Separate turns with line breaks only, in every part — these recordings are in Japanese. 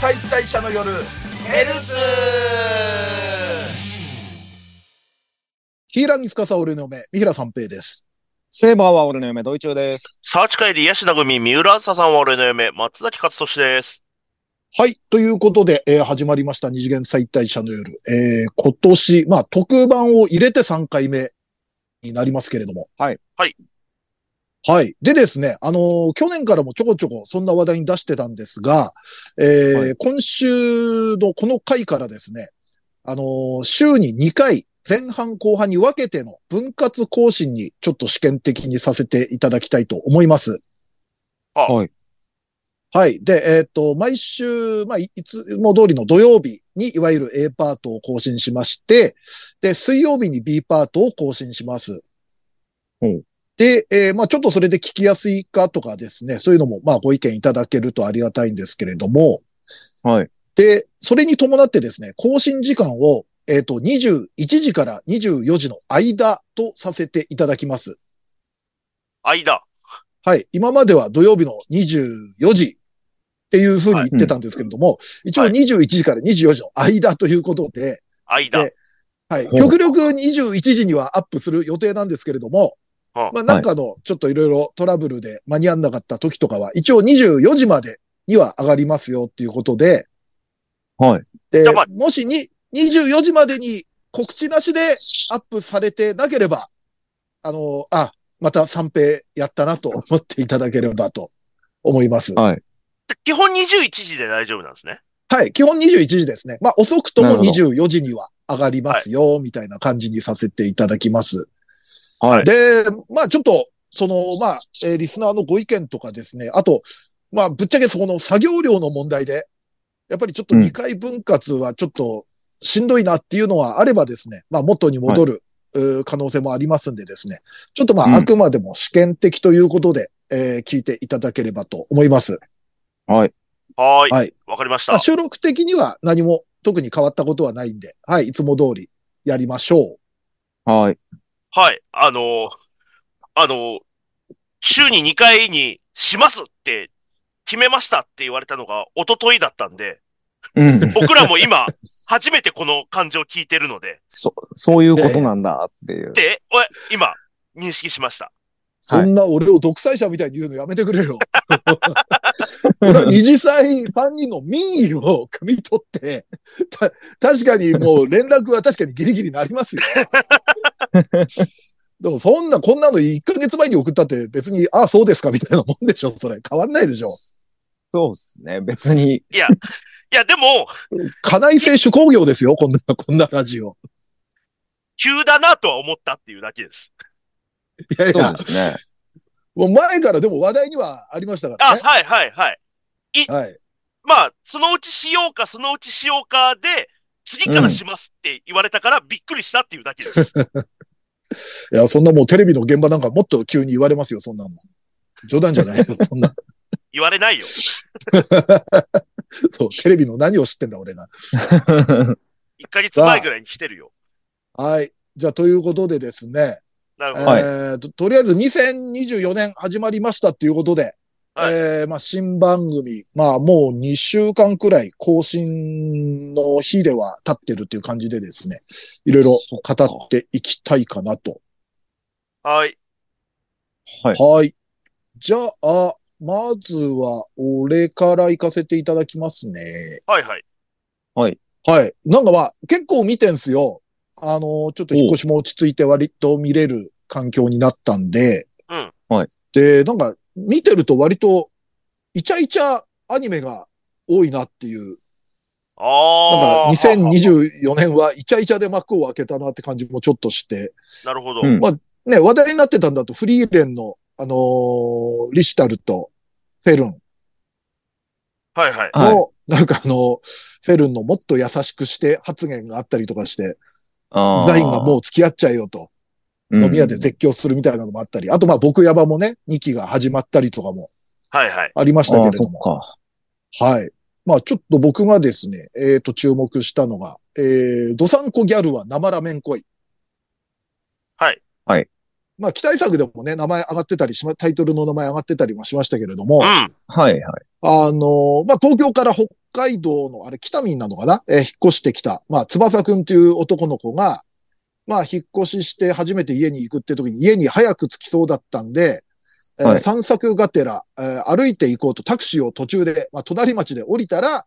解体者の夜ヘルツ
ヒーラギスカサオルの目、三平三平です。
セーバーは俺の嫁、ドイチューです。
サーチ会で癒しな組、三浦朝さんは俺の嫁、松崎勝利です。
はい。ということで、えー始まりました二次元再退社の夜。えー今年、まあ、特番を入れて3回目になりますけれども。
はい。
はい。
はい。でですね、あのー去年からもちょこちょこそんな話題に出してたんですが、えー
は
今週のこの回からですね、あのー週に2回、前半後半に分けての分割更新にちょっと試験的にさせていただきたいと思います。
はい。
はい。で、えっ、と、毎週、まあ、いいつも通りの土曜日に、いわゆる A パートを更新しまして、で、水曜日に B パートを更新します。
うん
で、えーまあ、ちょっとそれで聞きやすいかとかですね、そういうのも、まあ、ご意見いただけるとありがたいんですけれども、
はい。
で、それに伴ってですね、更新時間を、えっ、と、21時から24時の間とさせていただきます。
間。
はい。今までは土曜日の24時っていうふうに言ってたんですけれども、一応
はい
21時から24時の間ということで、
間。
ではい。
ほう
極力21時にはアップする予定なんですけれども、
はあ
まあなんかあの、ちょっといろいろトラブルで間に合んなかった時とかは、一応24時までには上がりますよっていうことで、
はい。
で
じゃあまあ、
もしに24時までに告知なしでアップされてなければ、あの、あ、また三平やったなと思っていただければと思います。
はい
基本21時で大丈夫なんですね。
はい。基本21時ですね。まあ、遅くと
な
も
るほど
24時には上がりますよ、みたいな感じにさせていただきます。
はい。
で、まあ、ちょっと、その、まあ、えーリスナーのご意見とかですね。あと、まあ、ぶっちゃけその作業量の問題で、やっぱりちょっと
うん
2回分割はちょっとしんどいなっていうのはあればですね、まあ、元に戻る、うー可能性もありますんでですね。ちょっとまあ、
うん
あくまでも試験的ということで、えー聞いていただければと思います。
はい。
はーい。わ、
はい
かりまし
まあ
た。
収録的には何も特に変わったことはないんで、はい、いつも通りやりましょう。
はい。
はい。あのーあのー週に2回にしますって決めましたって言われたのが一昨日だったんで、
うん。
僕らも 今、初めてこの感情を聞いてるので、
そ、そういうことなんだって いう。
で、おい今、認識しました。
そんな俺を独裁者みたいに言うのやめてくれよ。 俺は二次祭3人の民意を汲み取って、た、確かにもう連絡は確かにギリギリなります よ。でもそんな、こんなの1ヶ月前に送ったって別に、ああ、そうですかみたいなもんでしょそれ。変わんないでしょ
そうですね。別に。
いや、いや、でも、
家内選手工業ですよこんな、こんなラジオ。
急だなとは思ったっていうだけです。
いやい
そ
や
う、ですね。
もう前からでも話題にはありましたか
あ、
らね。
はい、はい、はい。
はい。
まあ、そのうちしようか、そのうちしようかで、次からしますって言われたから、びっくりしたっていうだけ です。
いや、そんなもうテレビの現場なんかもっと急に言われますよ、そんなの。冗談じゃないよ、そ んな。
言われないよ。
そう、テレビの何を知ってんだ、俺が。
1ヶ月前ぐらいに来てるよ。
はい。じゃあ、ということでですね。
なるほど。
はい
えーと、とりあえず2024年始まりましたっていうことで、
はい
えーまあ、新番組、まあ、もう2週間くらい更新の日では経ってるっていう感じでですね、いろいろ語っていきたいかなと
はい。
はい。
はい。じゃあ、まずは、俺から行かせていただきますね。
はいはい。
はい。なんかまあ、結構見てんすよ。あの、ちょっと引っ越しも落ち着いて割と見れる環境になったんで。
うん
はい。
で、なんか、見てると割と、イチャイチャアニメが多いなっていう。なん
あ
か、
あ。
2024年はイチャイチャで幕を開けたなって感じもちょっとして。
なるほど。
うん。
ね、話題になってたんだと、フリーレンの、あのーリシュタルと、フェルン。
はいはい。
はい
の、なんかあの、フェルンのもっと優しくして発言があったりとかして、
あー
ザインがもう付き合っちゃえよと、
うん
飲み屋で絶叫するみたいなのもあったり、あとまあ僕ヤバもね、2期が始まったりとかも
はいはい。
ありましたけ
あ
れ
ー、そ
ど
っ
も。
か。
はい。まあちょっと僕がですね、えっ、と注目したのが、えー、ドサンコギャルは生ラメン恋。
はい。
はい。
まあ期待作でもね、名前上がってたりしま、タイトルの名前上がってたりもしましたけれども、
うん。
はいはい。
あの、まあ、東京から北海道の、あれ、北見なのかなえー引っ越してきた。まあ、翼くんっていう男の子が、まあ、引っ越しして初めて家に行くって時に家に早く着きそうだったんで、えー
はい
散策がてら、えー歩いて行こうとタクシーを途中で、まあ、隣町で降りたら、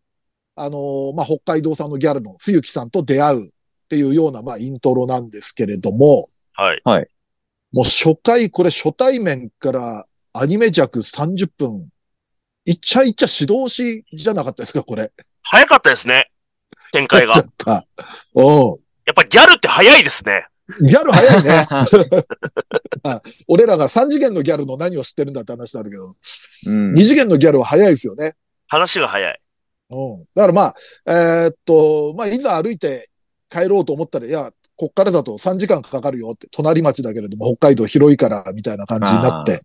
あのーまあ、北海道産のギャルの冬木さんと出会うっていうような、まあ、イントロなんですけれども、
はい。
もう初回、これ初対面からアニメ弱30分、いっちゃいっちゃ指導しじゃなかったですか、これ。
早かったですね。展 開 が。
だ
や
った。う
っぱギャルって早いですね。
ん。ギャル早いね。俺らが3次元のギャルの何を知ってるんだって話になるけど、
うん
2次元のギャルは早いですよね。
話が早い。
うん。だからまあ、えーっと、まあ、いざ歩いて帰ろうと思ったら、いや、こっからだと3時間かかるよって、隣町だけれども北海道広いから、みたいな感じになって。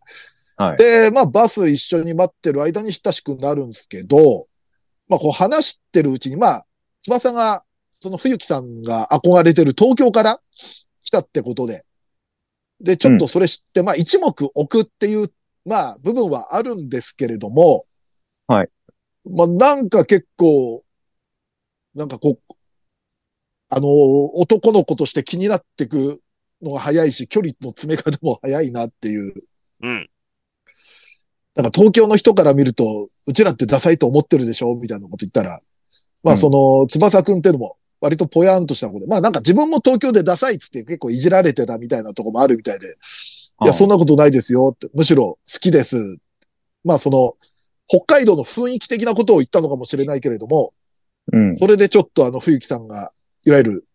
あーはい
で、まあ、バス一緒に待ってる間に親しくなるんですけど、まあ、こう話してるうちに、まあ、翼が、その冬木さんが憧れてる東京から来たってことで、で、ちょっとそれ知って、まあ、一目置くっていう、まあ、部分はあるんですけれども、
はい。
まあ、なんか結構、なんかこう、あのー男の子として気になってくのが早いし、距離の詰め方も早いなっていう。
うん。
なんか東京の人から見ると、うちらってダサいと思ってるでしょみたいなこと言ったら、まあ
うん
その、翼くんってのも、割とぽやんとした子で、まあなんか自分も東京でダサいっつって結構いじられてたみたいなとこもあるみたいで、い
あ
や、そんなことないですよって、むしろ好きです。まあその、北海道の雰囲気的なことを言ったのかもしれないけれども、
うん。
それでちょっとあの、冬木さんが、いわゆる、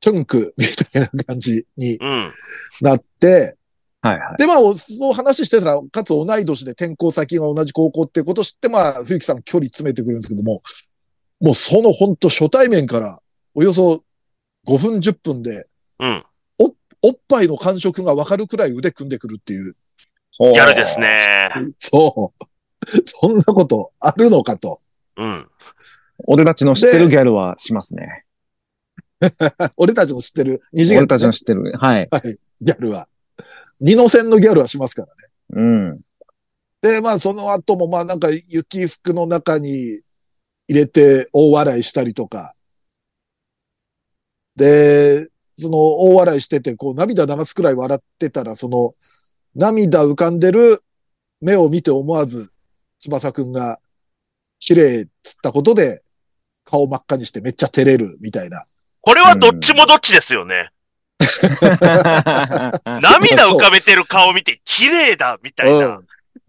チュンクみたいな感じに
うん。
な って、
はいはい。
で、まあ、おそう話してたら、かつ同い年で転校先が同じ高校ってこと知って、まあ、冬木さん距離詰めてくるんですけども、もうその本当初対面から、およそ5分10分で、
うん。
おっぱいの感触がわかるくらい腕組んでくるっていう、
ギ
ギャルです。ね。
そう。そんなことあるのかと。
うん。
俺たちの知ってるギャルはしますね。
俺たちの知ってる二次元
俺
の
たち
ね、
の知ってる。はい。
ギャルは。二の線のギャルはしますから。
うん。
で、まあ、その後も、まあ、なんか、雪服の中に入れて大笑いしたりとか。で、その、大笑いしてて、こう、涙流すくらい笑ってたら、その、涙浮かんでる目を見て思わず、翼くんが、綺麗っつったことで、顔真っ赤にしてめっちゃ照れる、みたいな。
これはどっちもどっちですよね。涙浮かべてる顔見て、綺麗だみたいな。
ん。
う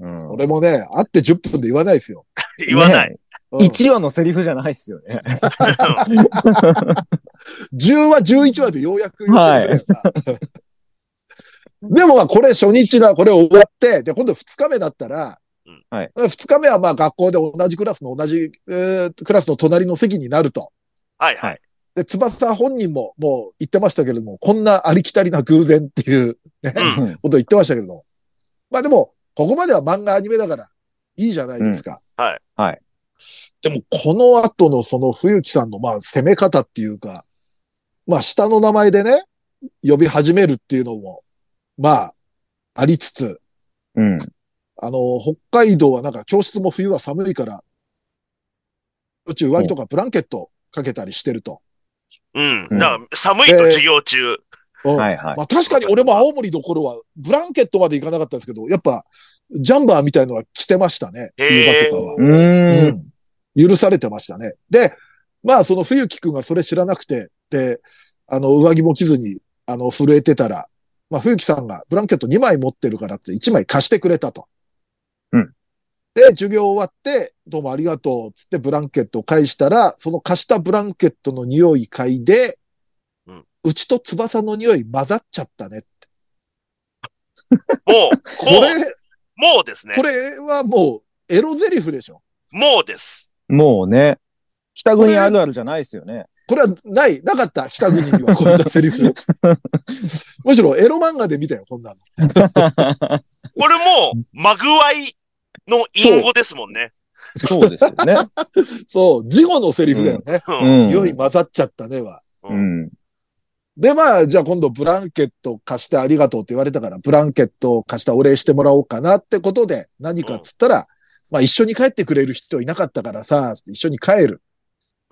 ん
俺もね、会って10分で言わないですよ。
言わない。
ね
うん
一話のセリフじゃないっすよね。
10話、11話でようやく言うじゃないですか。 でもまあこれ初日だ、これ終わって、で、今度2日目だったら、
うん
はい
2日目はまあ学校で同じクラスの同じ、えークラスの隣の席になると。
はいはい。
で、翼本人ももう言ってましたけれども、こんなありきたりな偶然っていう
う。
うんん
ことを言ってましたけれども。まあでも、ここまでは漫画アニメだから、いいじゃないですか。
うんはい
はい。
でも、この後のその冬木さんのまあ攻め方っていうか、まあ下の名前でね、呼び始めるっていうのも、まあ、ありつつ、
うん。
あの、北海道はなんか教室も冬は寒いから、宇宙上着とかブランケットかけたりしてると。
うん。
うん
だから、寒いと授業中。
うん
はいはい。
まあ確かに俺も青森の頃はブランケットまでいかなかったんですけど、やっぱジャンバーみたいのは着てましたね。冬場とかは
へ。
う
う
ーん。
ん許されてましたね。で、まあその冬木くんがそれ知らなくて、で、あの上着も着ずに、あの震えてたら、まあ冬木さんがブランケット2枚持ってるからって1枚貸してくれたと。
うん。
で、授業終わって、どうもありがとう、つってブランケットを返したら、その貸したブランケットの匂い嗅いで、
うん
うちと翼の匂い混ざっちゃったね。
もう、
こ
こ
れ、
う、もうですね
こ。れはもうエロゼリフでしょ。
もうです。
もうね、北国あるあるじゃないっすよ ね。
これはない、なかった、北国 にはこんなセリフ。むしろエロ漫画で見たよ、こんなの。
これもう、マグワイの隠語ですもんね。
そうですよね。
そう、事後のセリフだよね。
う。
うんん。
良い混ざっちゃったねは。
うん。
で、まあ、じゃあ今度ブランケット貸してありがとうって言われたから、ブランケット貸したお礼してもらおうかなってことで、何かっつったら、まあ一緒に帰ってくれる人いなかったからさ、つって一緒に帰る。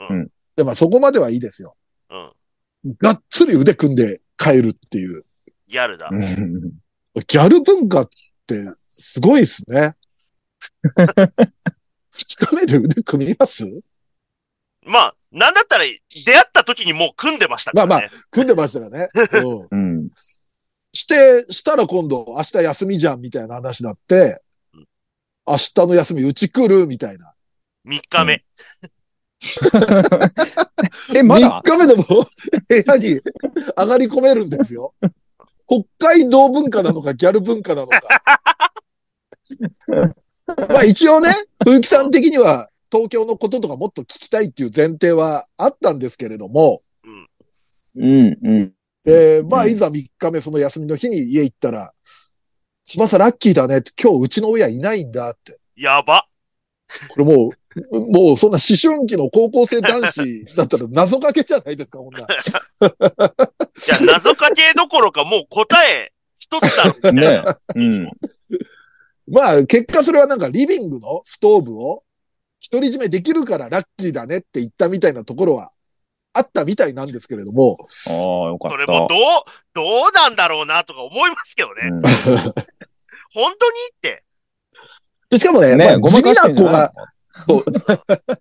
うん
で、まあそこまではいいですよ。
うん。
がっつり腕組んで帰るっていう。
ギャルだ。
うん
ギャル文化ってすごいですね。二日目で腕組みます
まあ、なんだったら、出会った時にもう組んでましたからね。
まあま組んでましたからね。うん
うん。
して、したら今度明日休みじゃんみたいな話になって
うん、
明日の休みうち来るみたいな。
3日目。
え、 まだ
3日目でも 部屋に上がり込めるんですよ。北海道文化なのかギャル文化なのか。まあ一応ね、冬木さん的には東京のこととかもっと聞きたいっていう前提はあったんですけれども、
うん、うん。
えーまあ
うん
いざ3日目その休みの日に家行ったら、翼ラッキーだねって今日うちの親いないんだって。
やば。
これもう、もうそんな思春期の高校生男子だったら謎かけじゃないですか、こんな。
いや、謎かけどころか、もう答え一つだろ、みたいな。
ねえ。うん。
まあ、結果それはなんかリビングのストーブを独り占めできるからラッキーだねって言ったみたいなところはあったみたいなんですけれども、
ああ、よかっ た。
それもどう、どうなんだろうなとか思いますけどね。
うん
本当にって。
でしかもね、
ね
まあ
え、ごまかしてん
地味
じ
な
ゃ
子が
な、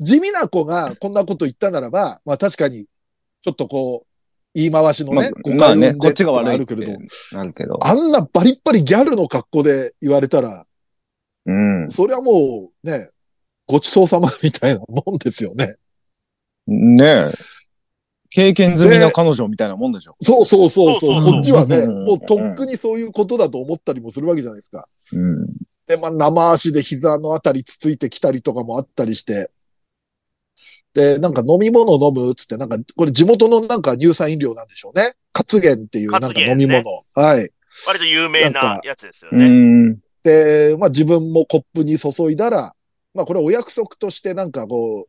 地味な子がこんなこと言ったならば、まあ確かに、ちょっとこう、言い回しの
いま
ね
あ、、まあ
を生ん
ね、
で
こっちが悪い
ある
っ
けれど
て、なるけど。
あんなバリッバリギャルの格好で言われたら、
うん。
それはもうね、ごちそうさまみたいなもんですよね。
ねえ。経験済みの彼女みたいなもんでしょ。
そうそうそうそう。
そうそうそう
こっちはね、
うん
もうとっくにそういうことだと思ったりもするわけじゃないですか。
うん。
で、まあ生足で膝のあたりつついてきたりとかもあったりして。で、なんか飲み物飲むっつって、なんか、これ地元のなんか乳酸飲料なんでしょうね。カツゲンっていうなんか
活源
飲み物。
ね
はい。
割と有名なやつですよ
う
ね。
ん。
で、まあ自分もコップに注いだら、まあこれお約束としてなんかこう、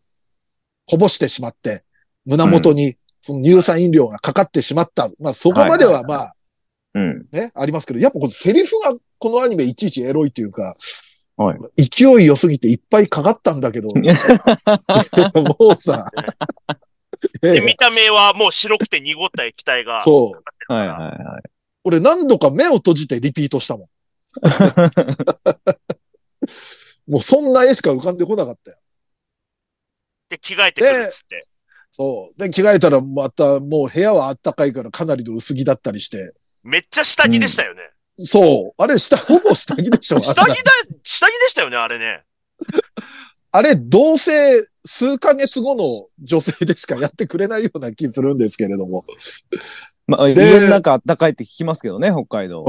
こぼしてしまって、胸元にその乳酸飲料がかかってしまった。まあそこまではまあ、
うん。
ね、ありますけど、やっぱこのセリフがこのアニメいちいちエロいというか、
はい
勢い良すぎていっぱいかかったんだけど、もうさ、え
で、
え
見た目はもう白くて濁った液体が。
そう。
はいは
俺何度か目を閉じてリピートしたも
い は
ん。
い。
もうそんな絵しか浮かんでこなかったよ。
で、着替えてくるっつって。
そう。で、着替えたらまたもう部屋はあったかいからかなりの薄着だったりして。
めっちゃ下着でしたよね。
そう。あれ、下、ほぼ下着でしょ。
下着だ、下着でしたよね、あれね。
あれ、どうせ数ヶ月後の女性でしかやってくれないような気するんですけれども。
まあ、家の中あったかいって聞きますけどね、北海道。
うん。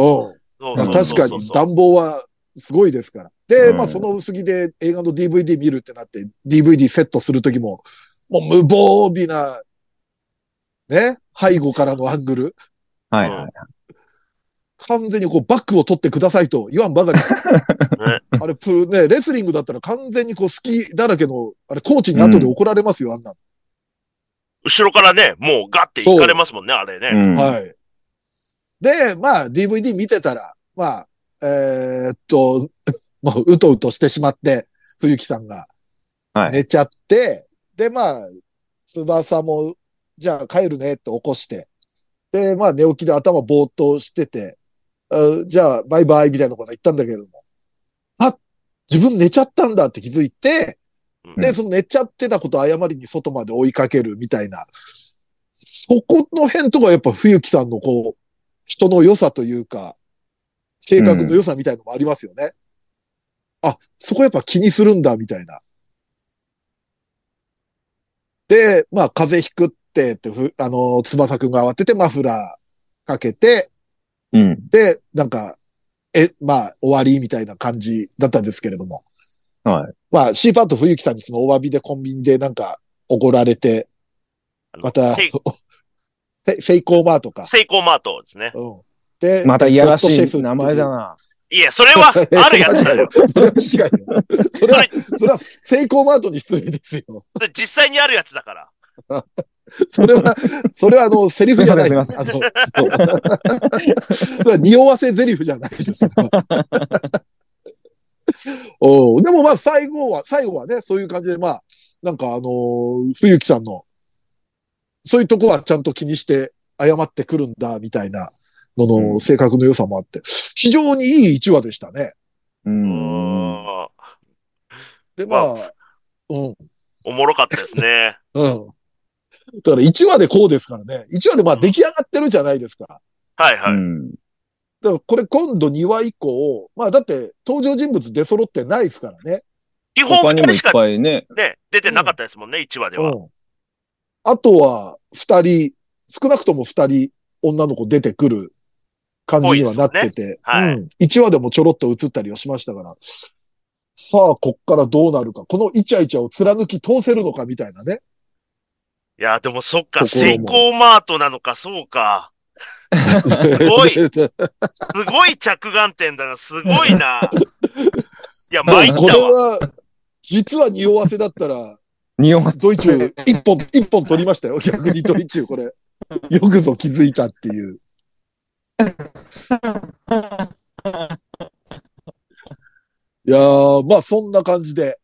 そう
まあ
そう
確
そ
か
うそう
に暖房はすごいですから。で、
うん
まあその薄着で映画の DVD 見るってなって、DVD セットするときも、もう無防備な、ね、背後からのアングル。
はいはい。
完全にこうバックを取ってくださいと言わんばかり。
ね
あれ、プルね、レスリングだったら完全にこう好きだらけの、あれ、コーチに後で怒られますよ、あんなの。
後ろからね、もうガッて行かれますもんね、あれね。
うん
はい。で、まあ DVD 見てたら、まあ、えーっと、 もううとうとしてしまって、冬木さんが
はい
寝ちゃって、で、まあ、翼も、じゃあ帰るねって起こして、で、まあ寝起きで頭ぼーっとしてて、あじゃあバイバイみたいなこと言ったんだけれども、あ、自分寝ちゃったんだって気づいて、
う
で、
ん
その寝ちゃってたことを誤りに外まで追いかけるみたいな、そこの辺とかやっぱ冬木さんのこう、人の良さというか、性格の良さみたいのもありますよね。あ、そこやっぱ気にするんだ、みたいな。で、まあ、風邪ひくって、って、ふあの、翼くんが慌ててマフラーかけて、
うん。
で、なんか、え、まあ、終わりみたいな感じだったんですけれども。
はい。
まあ、C パート冬木さんにそのお詫びでコンビニでなんか、おごられて、
あの
また、
セイ
せセイコーマーとか。
セイコーマートですね。
うん。で、
またいやら
ホットシェフ
し
って
いう名前だな。
いや、それはあるやつだ よ。
それは違うよ。それ は、それは、セイコーマートに失礼ですよ。
それ実際にあるやつだから。
それ は、それはあの、セリフじゃない。
すい
あの、
ま
そ
せ
う それは匂わせセリフじゃないです。 おでもまあ最後は、最後はね、そういう感じでまあ、なんかあのー冬木さんの、そういうとこはちゃんと気にして謝ってくるんだ、みたいなの
う
の
ん
性格の良さもあって、非常にいい1話でしたね。
う。
うんん。
で、まあ、う
ま
ん、
おもろかったです ね。
うん。だから1話でこうですからね。1話でまあ出来上がってるじゃないですか。
はいはい。
うん
だからこれ今度2話以降、まあだって登場人物出揃ってないですからね。
基本
他に
2
もい
人
っ
しか
ぱいね。
ね、出てなかったですもんね、1話では。
うん。あとは2人、少なくとも2人女の子出てくる感じにはなってて、
はい
うん、1話でもちょろっと映ったりはしましたから。さあ、こっからどうなるか。このイチャイチャを貫き通せるのかみたいな ね。
いや、でもそっか、セ
心
イ
も
コーマートなのか、そうか。すごいすごい着眼点だな、すごい な。いや、参っ
これ
たわ。
は、実は匂わせだったら、
匂わせ
ドイツ一本、一本取りましたよ。逆にドイツこれ。よくぞ気づいたっていう。いやー、まあそんな感じで。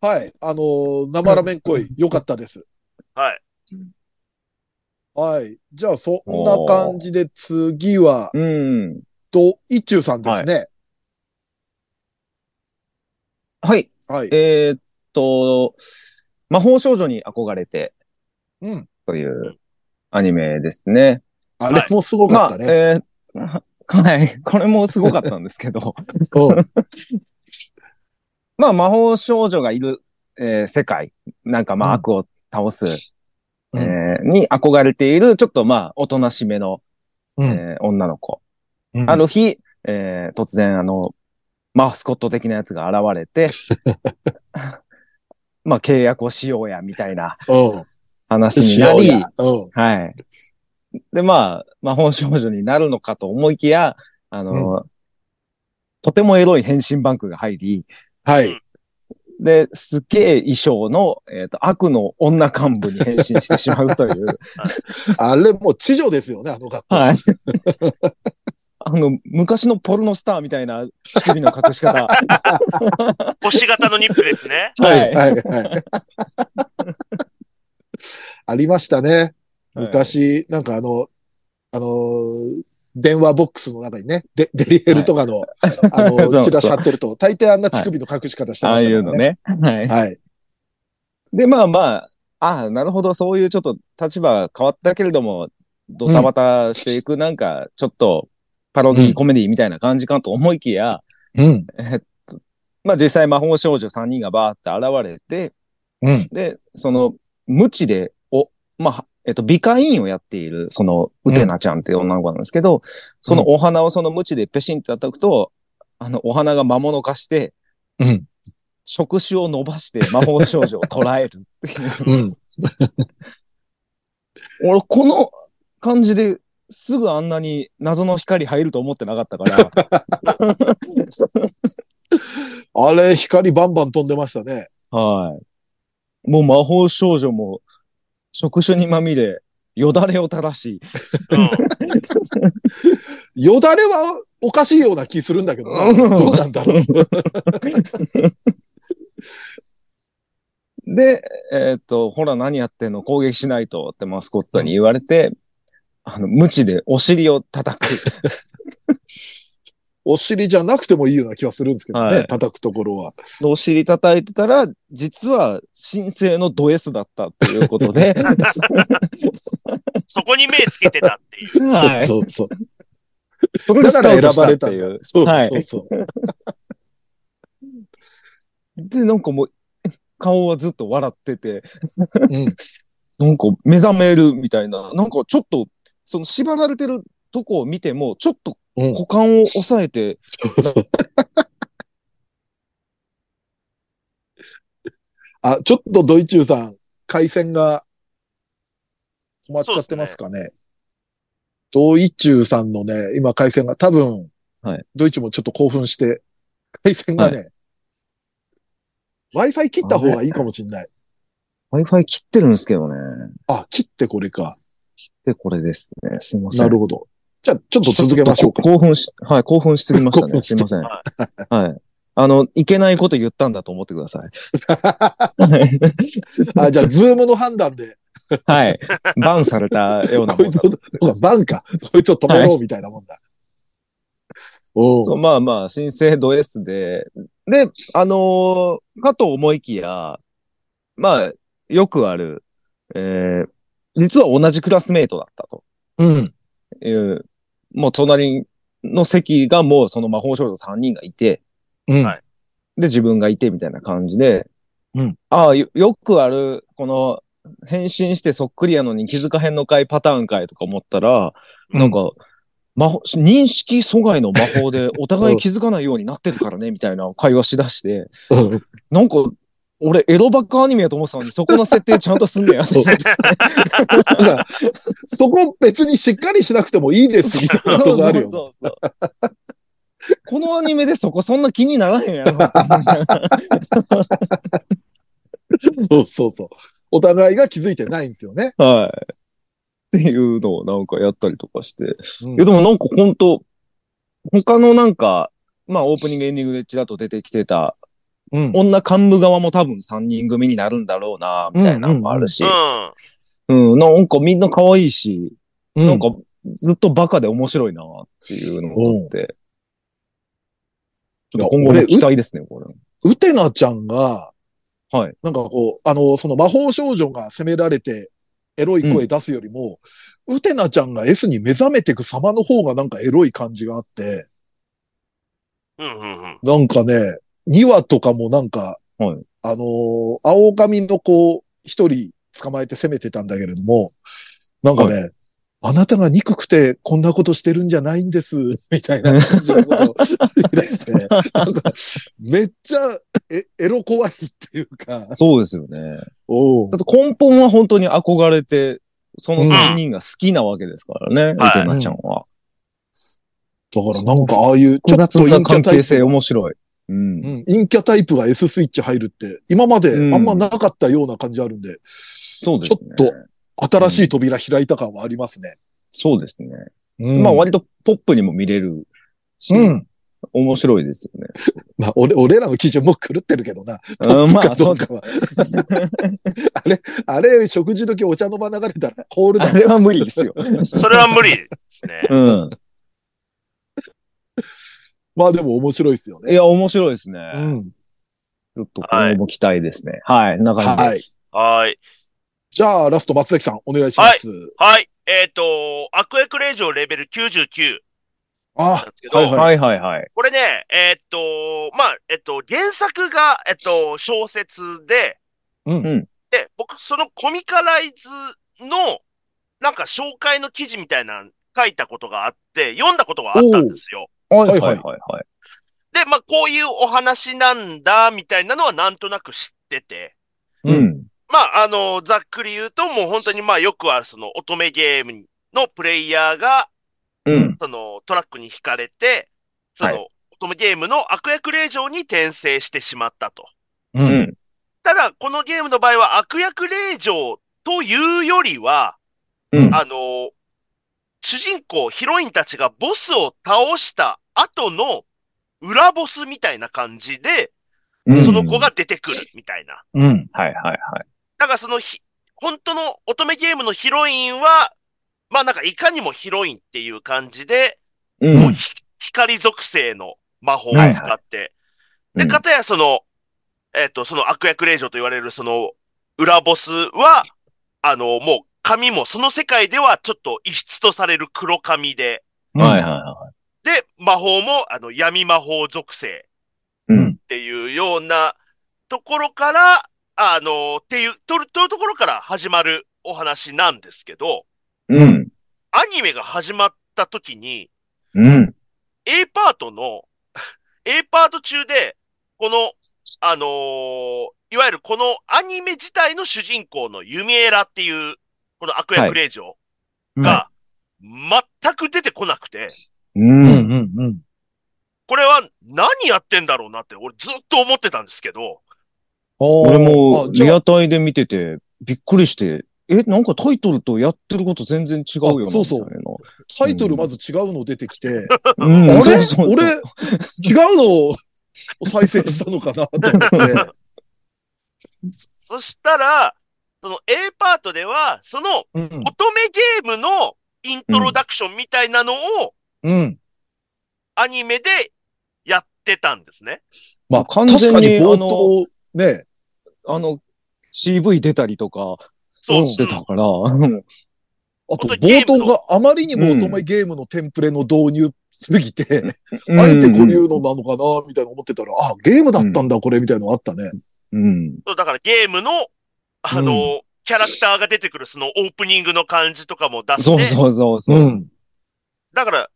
はい。あのー生ラメン恋、良かったです。
はい。
はい。じゃあ、そんな感じで、次は、
うん。
と、一中さんですね。
はい。
はい。
えーっと、魔法少女に憧れて、
うん
というアニメですね。
あれもすごか
ま
っ
あ
た、ね。
えー、 はい。これもすごかったんですけど、
うん。
まあ、魔法少女がいる、えー世界、なんかま
うん
あ、悪を倒す、
うん
えーに憧れている、ちょっとまあ、おとなしめの、
うん
えー女の子。
うん
ある日、えー突然、あの、マスコット的なやつが現れて、 まあ、契約をしようや、みたいな
うん。
話に
し
な
よう
り
や、うん。
はい。で、まあ、魔法少女になるのかと思いきや、あの、とてもエロい変身バンクが入り、
はい。
で、すっげえ衣装の、えっ、と、悪の女幹部に変身してしまうと いう。
あれもう、知女ですよね、あの方。
はい。あの、昔のポルノスターみたいな乳首の隠し 方。は
星型のニップですね。
はい、はい、はい。ありましたね。昔、なんかあの、あのー電話ボックスの中にね、デデリヘルとかの、あの
そうそ
ー、
う
チラシ貼ってると、大抵あんな乳首の隠し方して
あ
ま
あ
し
い
た
う
か
の
らね。
ね。はい。
はい。
で、まあまあ、ああ、なるほど、そういうちょっと立場変わったけれども、ドタバタしていく、なんか、ちょっと、パロディー、
うん
コメディーみたいな感じかと思いきや、
うん。
えっと、まあ実際魔法少女3人がバーって現れて、
うん
で、その、無知で、お、まあ、えっと、美化委員をやっている、その、
うん
ウテナちゃんっていう女の子なんですけど、そのお花をその無知でペシンって叩くと、あの、お花が魔物化して、
うん
触手を伸ばして魔法少女を捉えるっていう。
うん。
俺、この感じですぐあんなに謎の光入ると思ってなかったから、
あれ、光バンバン飛んでましたね。
はい。もう魔法少女も、触手にまみれ、よだれを垂らし、
うん。
よだれはおかしいような気するんだけどな、
うん
どうなんだろう。
で、えーっと、ほら何やってんの攻撃しないとってマスコットに言われて、あの、無知でお尻を叩 く。
お尻じゃなくてもいいような気はするんですけどね、
はい
叩くところは。
でお尻叩いてたら、実は新生のド S だったっていうこと で、
そこに目つけてたっていう。
はい。
そうそうそう。
それ
だ
で
か
ス
ら
カウト
選
した
ば
っ
れ
て
たん
い
だ
う。。
そう
はい
そうそう。
で、なんかもう、顔はずっと笑ってて、
うん
なんか目覚めるみたいな、なんかちょっと、その縛られてるとこを見ても、ちょっと
うん
股間を押さえて、
あ、ちょっとドイチューさん、回線が止まっちゃってますかね。ドイチューさんのね、今回線が多分、
はい
ドイチューもちょっと興奮して、回線がね、Wi-Fi 切った方がいいかもしれない。
Wi-Fi 切ってるんですけどね。
あ、切ってこれか。
で、これですね。すいません。
なるほど。じゃあ、ちょっと続けましょうか。
ちっとこ興奮し、はい、興奮しすぎました
興奮
ね。
し
すいません。
は
はい。あの、いけないこと言ったんだと思ってく ださい。
あ、じゃあ、ズームの判断で、
はい。バンされたような
こ
も
い
ん
つ
だ
を、そうかバンか、そいつを止めろ、みたいなもんだ。お
そううまあまあ、新生ド S で、で、あのーかと思いきや、まあ、よくある、えー、実は同じクラスメイトだったと
うん。
いう、もう隣の席がもうその魔法少女3人がいて、
うん。
はい
で、自分がいてみたいな感じで、
うん
ああ、よよくある、この、変身してそっくりやのに気づかへんのかいパターンかいとか思ったら、
うん
なんか、魔法、認識阻害の魔 法でお互い気づかないようになってるからね、みたいな会話しだして、
うん
なんか、俺、エロバカアニメやと思ってたのに、そこの設定ちゃんとすんねや。
そうだからそこ別にしっかりしなくてもいいです みたいなとこあるよね。
そうそうそう このアニメでそこそんな気にならへん やろ。
そうそうそう。お互いが気づいてないんですよね。
はい。っていうのをなんかやったりとかして。
うん
いや、でもなんかほんと、他のなんか、まあオープニングエンディングでちらっと出てきてた、
うん
女幹部側も多分3人組になるんだろうな、みたいなのもあるし
う。ん。
うん、なんかみんな可愛いし、
うん
なんかずっとバカで面白いな、っていうのがあって。
うん
ちょっと今後の期待ですね、これ。
ウテナちゃんが、
はい。
なんかこう、あの、その魔法少女が責められて、エロい声出すよりも、ウテナちゃんが S に目覚めてく様の方がなんかエロい感じがあって、
うんうんうん。
なんかね、2話とかもなんか、
はい
あのー青髪の子一人捕まえて攻めてたんだけれども、なんかね、あなたが憎くてこんなことしてるんじゃないんです、 みたいな感じのことを言い出 して、なんかめっちゃエエロ怖いっていうか、
そうですよね。
おう
だって根本は本当に憧れて、その3人が好きなわけですからね、
はい
ウテナちゃんは。
だからなんかああいうちょ
複
っ
雑
と
な
陰キャ
関
タイ
係
プ、
性面白い。うん。
うん陰キャタイプが S スイッチ入るって、今まであんまなかったような感じあるんで、
そうですね。
ちょっと。新しい扉開いた感はありますね。
そうですね。まあ割とポップにも見れるし、
うん。
面白いですよね。
まあ、俺、俺らの基準も狂ってるけどな。
うん、ま
かど
あそうう
か
です。
は。あれ、あれ、食事時お茶の場流れたらコール だ。
あれは無理ですよ。
それは無理ですね。
うん。
まあでも面白いですよ
い
ね。
や、面白いですね。
うん。
ちょっと今後も期待ですね。はい。こんな感じです。
はーい。
じゃあ、ラスト松崎さん、お願いします。
はい。えっ、と、アクエクレイジョレベル99なん
あ
ですけど、
はいは
はいはいはい。
これね、えっ、と、まあ、えっ、と、原作が、えっ、と、小説で、
うん
うん
で、僕、そのコミカライズの、なんか紹介の記事みたいなの書いたことがあって、読んだことがあったんですよ。
は
は
いはいいはい。
で、まあ、こういうお話なんだ、みたいなのはなんとなく知ってて、
う
うんん。
まあ、あの、ざっくり言うと、もう本当にまあ、よくあるその乙女ゲームのプレイヤーが、
うん。
そのトラックに惹かれて、その、
は
乙女ゲームの悪役令嬢に転生してしまったと。
う。
うんん。
ただ、このゲームの場合は悪役令嬢というよりは、
うん。
あの、主人公、ヒロインたちがボスを倒した後の裏ボスみたいな感じで、
うん
その子。が出てくるみたいな。
うん。
はいはいはい。
だからそのひ、本当の乙女ゲームのヒロインは、まあなんかいかにもヒロインっていう感じで、
う。
もうんひ光属性の魔法を
は
使
い
っ
は
て、
うん
で、かたやその、えっ、と、その悪役令嬢と言われるその裏ボスは、あの、もう髪もその世界ではちょっと異質とされる黒髪で、
はいはいは
で、魔法もあの闇魔法属性
い。うん。
っていうようなところから、あの、っていう、とる、というところから始まるお話なんですけど、
うん。
アニメが始まった時に、
うん。
A パートの、A パート中で、この、あのーいわゆるこのアニメ自体の主人公のユミエラっていう、この悪役令嬢が、全く出てこなくて、
う。
うんん。うん。
これは何やってんだろうなって、俺ずっと思ってたんですけど、
俺
俺
も
じ
リ
ゃあ
アタイで見ててびっくりして、え、なんかタイトルとやってること全然違うよな。
あそうそう
みたいな
タイトルまず違うの出てきて、
うん、
あれ
そうそうそう
俺、違うの再生したのかなと思って。
そしたら、その A パートでは、その
うん。
乙女ゲームのイントロダクションみたいなのを
うん。
アニメでやってたんですね。
まあ、
完
完
全に
全に冒頭、ね、
あの、CV 出たりとか、
そう。
して
う
た
ん
から。うん
あと
本当にゲ
冒
ーム
頭
の
があまりにも乙女ゲームのテンプレの導入すぎて、 あえてこういうのなのかな、みたいな思ってたら、あ、ゲームだったんだ、これ、みたいなのあったね。
うん。
そうだからゲームの、あの、キャラクターが出てくるそのオープニングの感じとかも出して、
そうそうそうそう。
うん
だから、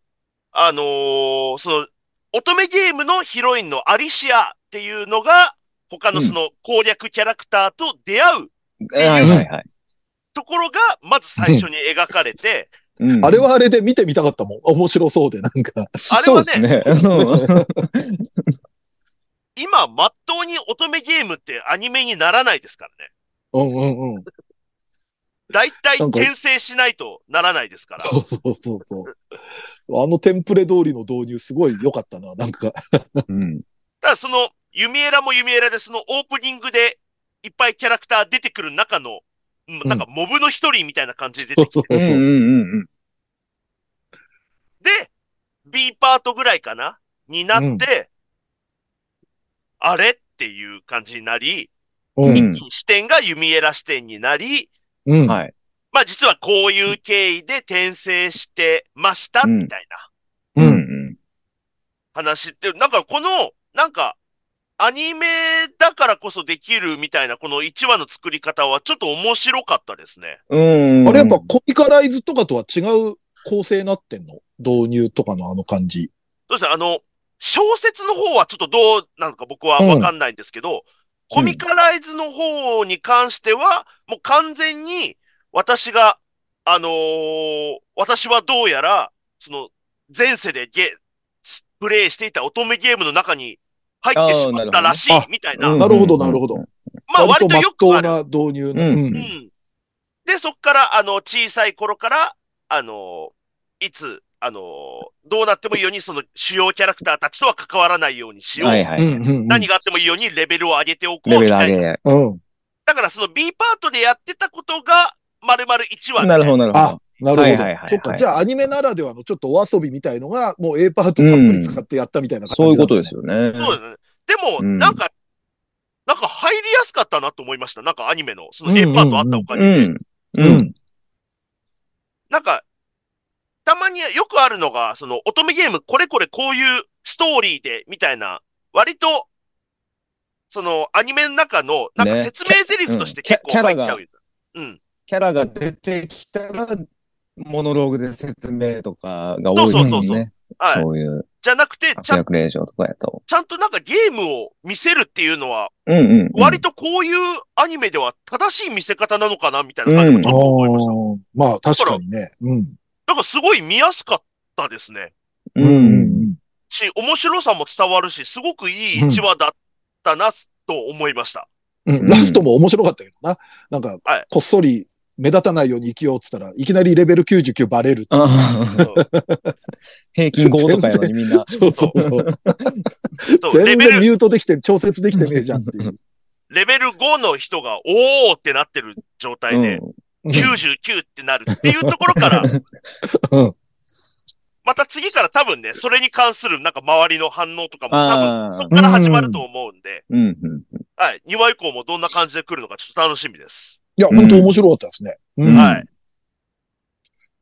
あのーその、乙女ゲームのヒロインのアリシアっていうのが、他のその攻略キャラクターと出会う
はいはいはい。
ところが、まず最初に描かれて、
うん
あれはあれで見てみたかったもん。 面白そうで、なんか。
そうですね。
今、まっとうに乙女ゲームってアニメにならないですからね。
うんうんうん。
だいたい
なんか
転生しないとならないですから。
そうそうそうそう。あのテンプレ通りの導入、すごい良かったな、なんか。
うん
ただその、ユミエラもユミエラで、そのオープニングでいっぱいキャラクター出てくる中の、うんなんかモブの一人みたいな感じで出てきて、
うんうんうん
で、B パートぐらいかなになって、
うん
あれっていう感じになり、
う
うん
ん。
視点がユミエラ視点になり、
うん。
はい。
まあ実はこういう経緯で転生してました、
うん
みたいな
うんうん。
話って、なんかこの、なんか、アニメだからこそできるみたいな、この1話の作り方はちょっと面白かったですね。
うん。
あれやっぱコミカライズとかとは違う構成になってんの導入とかのあの感じ。
どうですかあの、小説の方はちょっとどうなのか僕はわかんないんですけど、コミカライズの方に関しては、もう完全に私が、あのー私はどうやら、その、前世でゲ、プレイしていた乙女ゲームの中に入ってしまったらしい
あーなるほどね、
みたいな。
うん
なるほど、なるほど。
まあ割と
まっ
よく
と
あ
う
る。
な導入の。
う
うんん。
う
うん
ん。で、そっから、あの、小さい頃から、あの、いつ、あの、どうなってもいいように、その主要キャラクターたちとは関わらないようにしよう。
はいは
う
い。
んうん。
何があってもいいようにレベルを上げておこう
レベ
み
ル
た
上
いな。
げ。
うん。
だからその B パートでやってたことが、まるまる1話み
な
た
いるほどなるほ
あ
ど。、
なるほど。
はいはいはいはい
そっか。じゃあアニメならではのちょっとお遊びみたいのが、もう A パートたっぷり使ってやったみたいな感じ
そういうことです
よ。
よね。
そうですね。でも、
うん
なんか、なんか入りやすかったなと思いました。なんかアニメの、その
うん
A
うんうん
パートあったおかげ
う
で。
ん。うん。
なんか、たまによくあるのが、その乙女ゲーム、これこれこういうストーリーで、みたいな、割と、そのアニメの中の、なんか
ね
説明台詞として結構
キャ
入
ラが
っちゃうよ。うん。
キャラが出てきたら、モノローグで説明とかが
そ
多
う
い
そ
で
う
す
そう
も
そ
ん
う
ね。
はい。
そういう
じゃなくて、ち
活
ゃん
躍令状とかやと。
ちゃんとなんかゲームを見せるっていうのは、
うんうん。
割とこういうアニメでは正しい見せ方なのかな、みたいな
うん
感じもち
あ
ょ
あ
っと思いました。
ー、まあ確かにね。うん。
なんかすごい見やすかったですね。
うんうん。
し、面白さも伝わるし、すごくいい1話だったな、と思いま した。
うんラストも面白かったけどな。なんか
はい、
こっそり目立たないように生きようっつったらいきなりレベル99バ レる。
ああ、
うん
平均5とかやのにみんな。
そうそうそう。
そうレ
全
ベ
然
ル
ミ、ュートできて、調節できてねえじゃんっていう。
レベル5の人が、おーってなってる状態で、99ってなるっていうところから、
うん
また次から多分ね、それに関するなんか周りの反応とかも
あ
多
ー
分、そっから始まると思うんで、
うんうん。
はい、2話以降もどんな感じで来るのかちょっと楽しみです。
いや、本当面白かったですね。
うん
はい。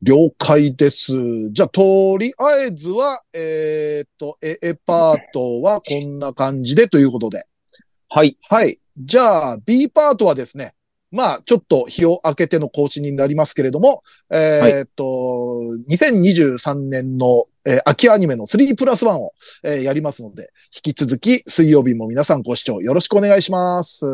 了解です。じゃあ、とりあえずは、えーっと、エエパートはこんな感じでということで。
はい。
はい。じゃあ、B パートはですね、まあ、ちょっと日を明けての更新になりますけれども、えーっと、2023年の、えー秋アニメの3プラス1を、えーやりますので、引き続き水曜日も皆さんご視聴よろしくお願いします。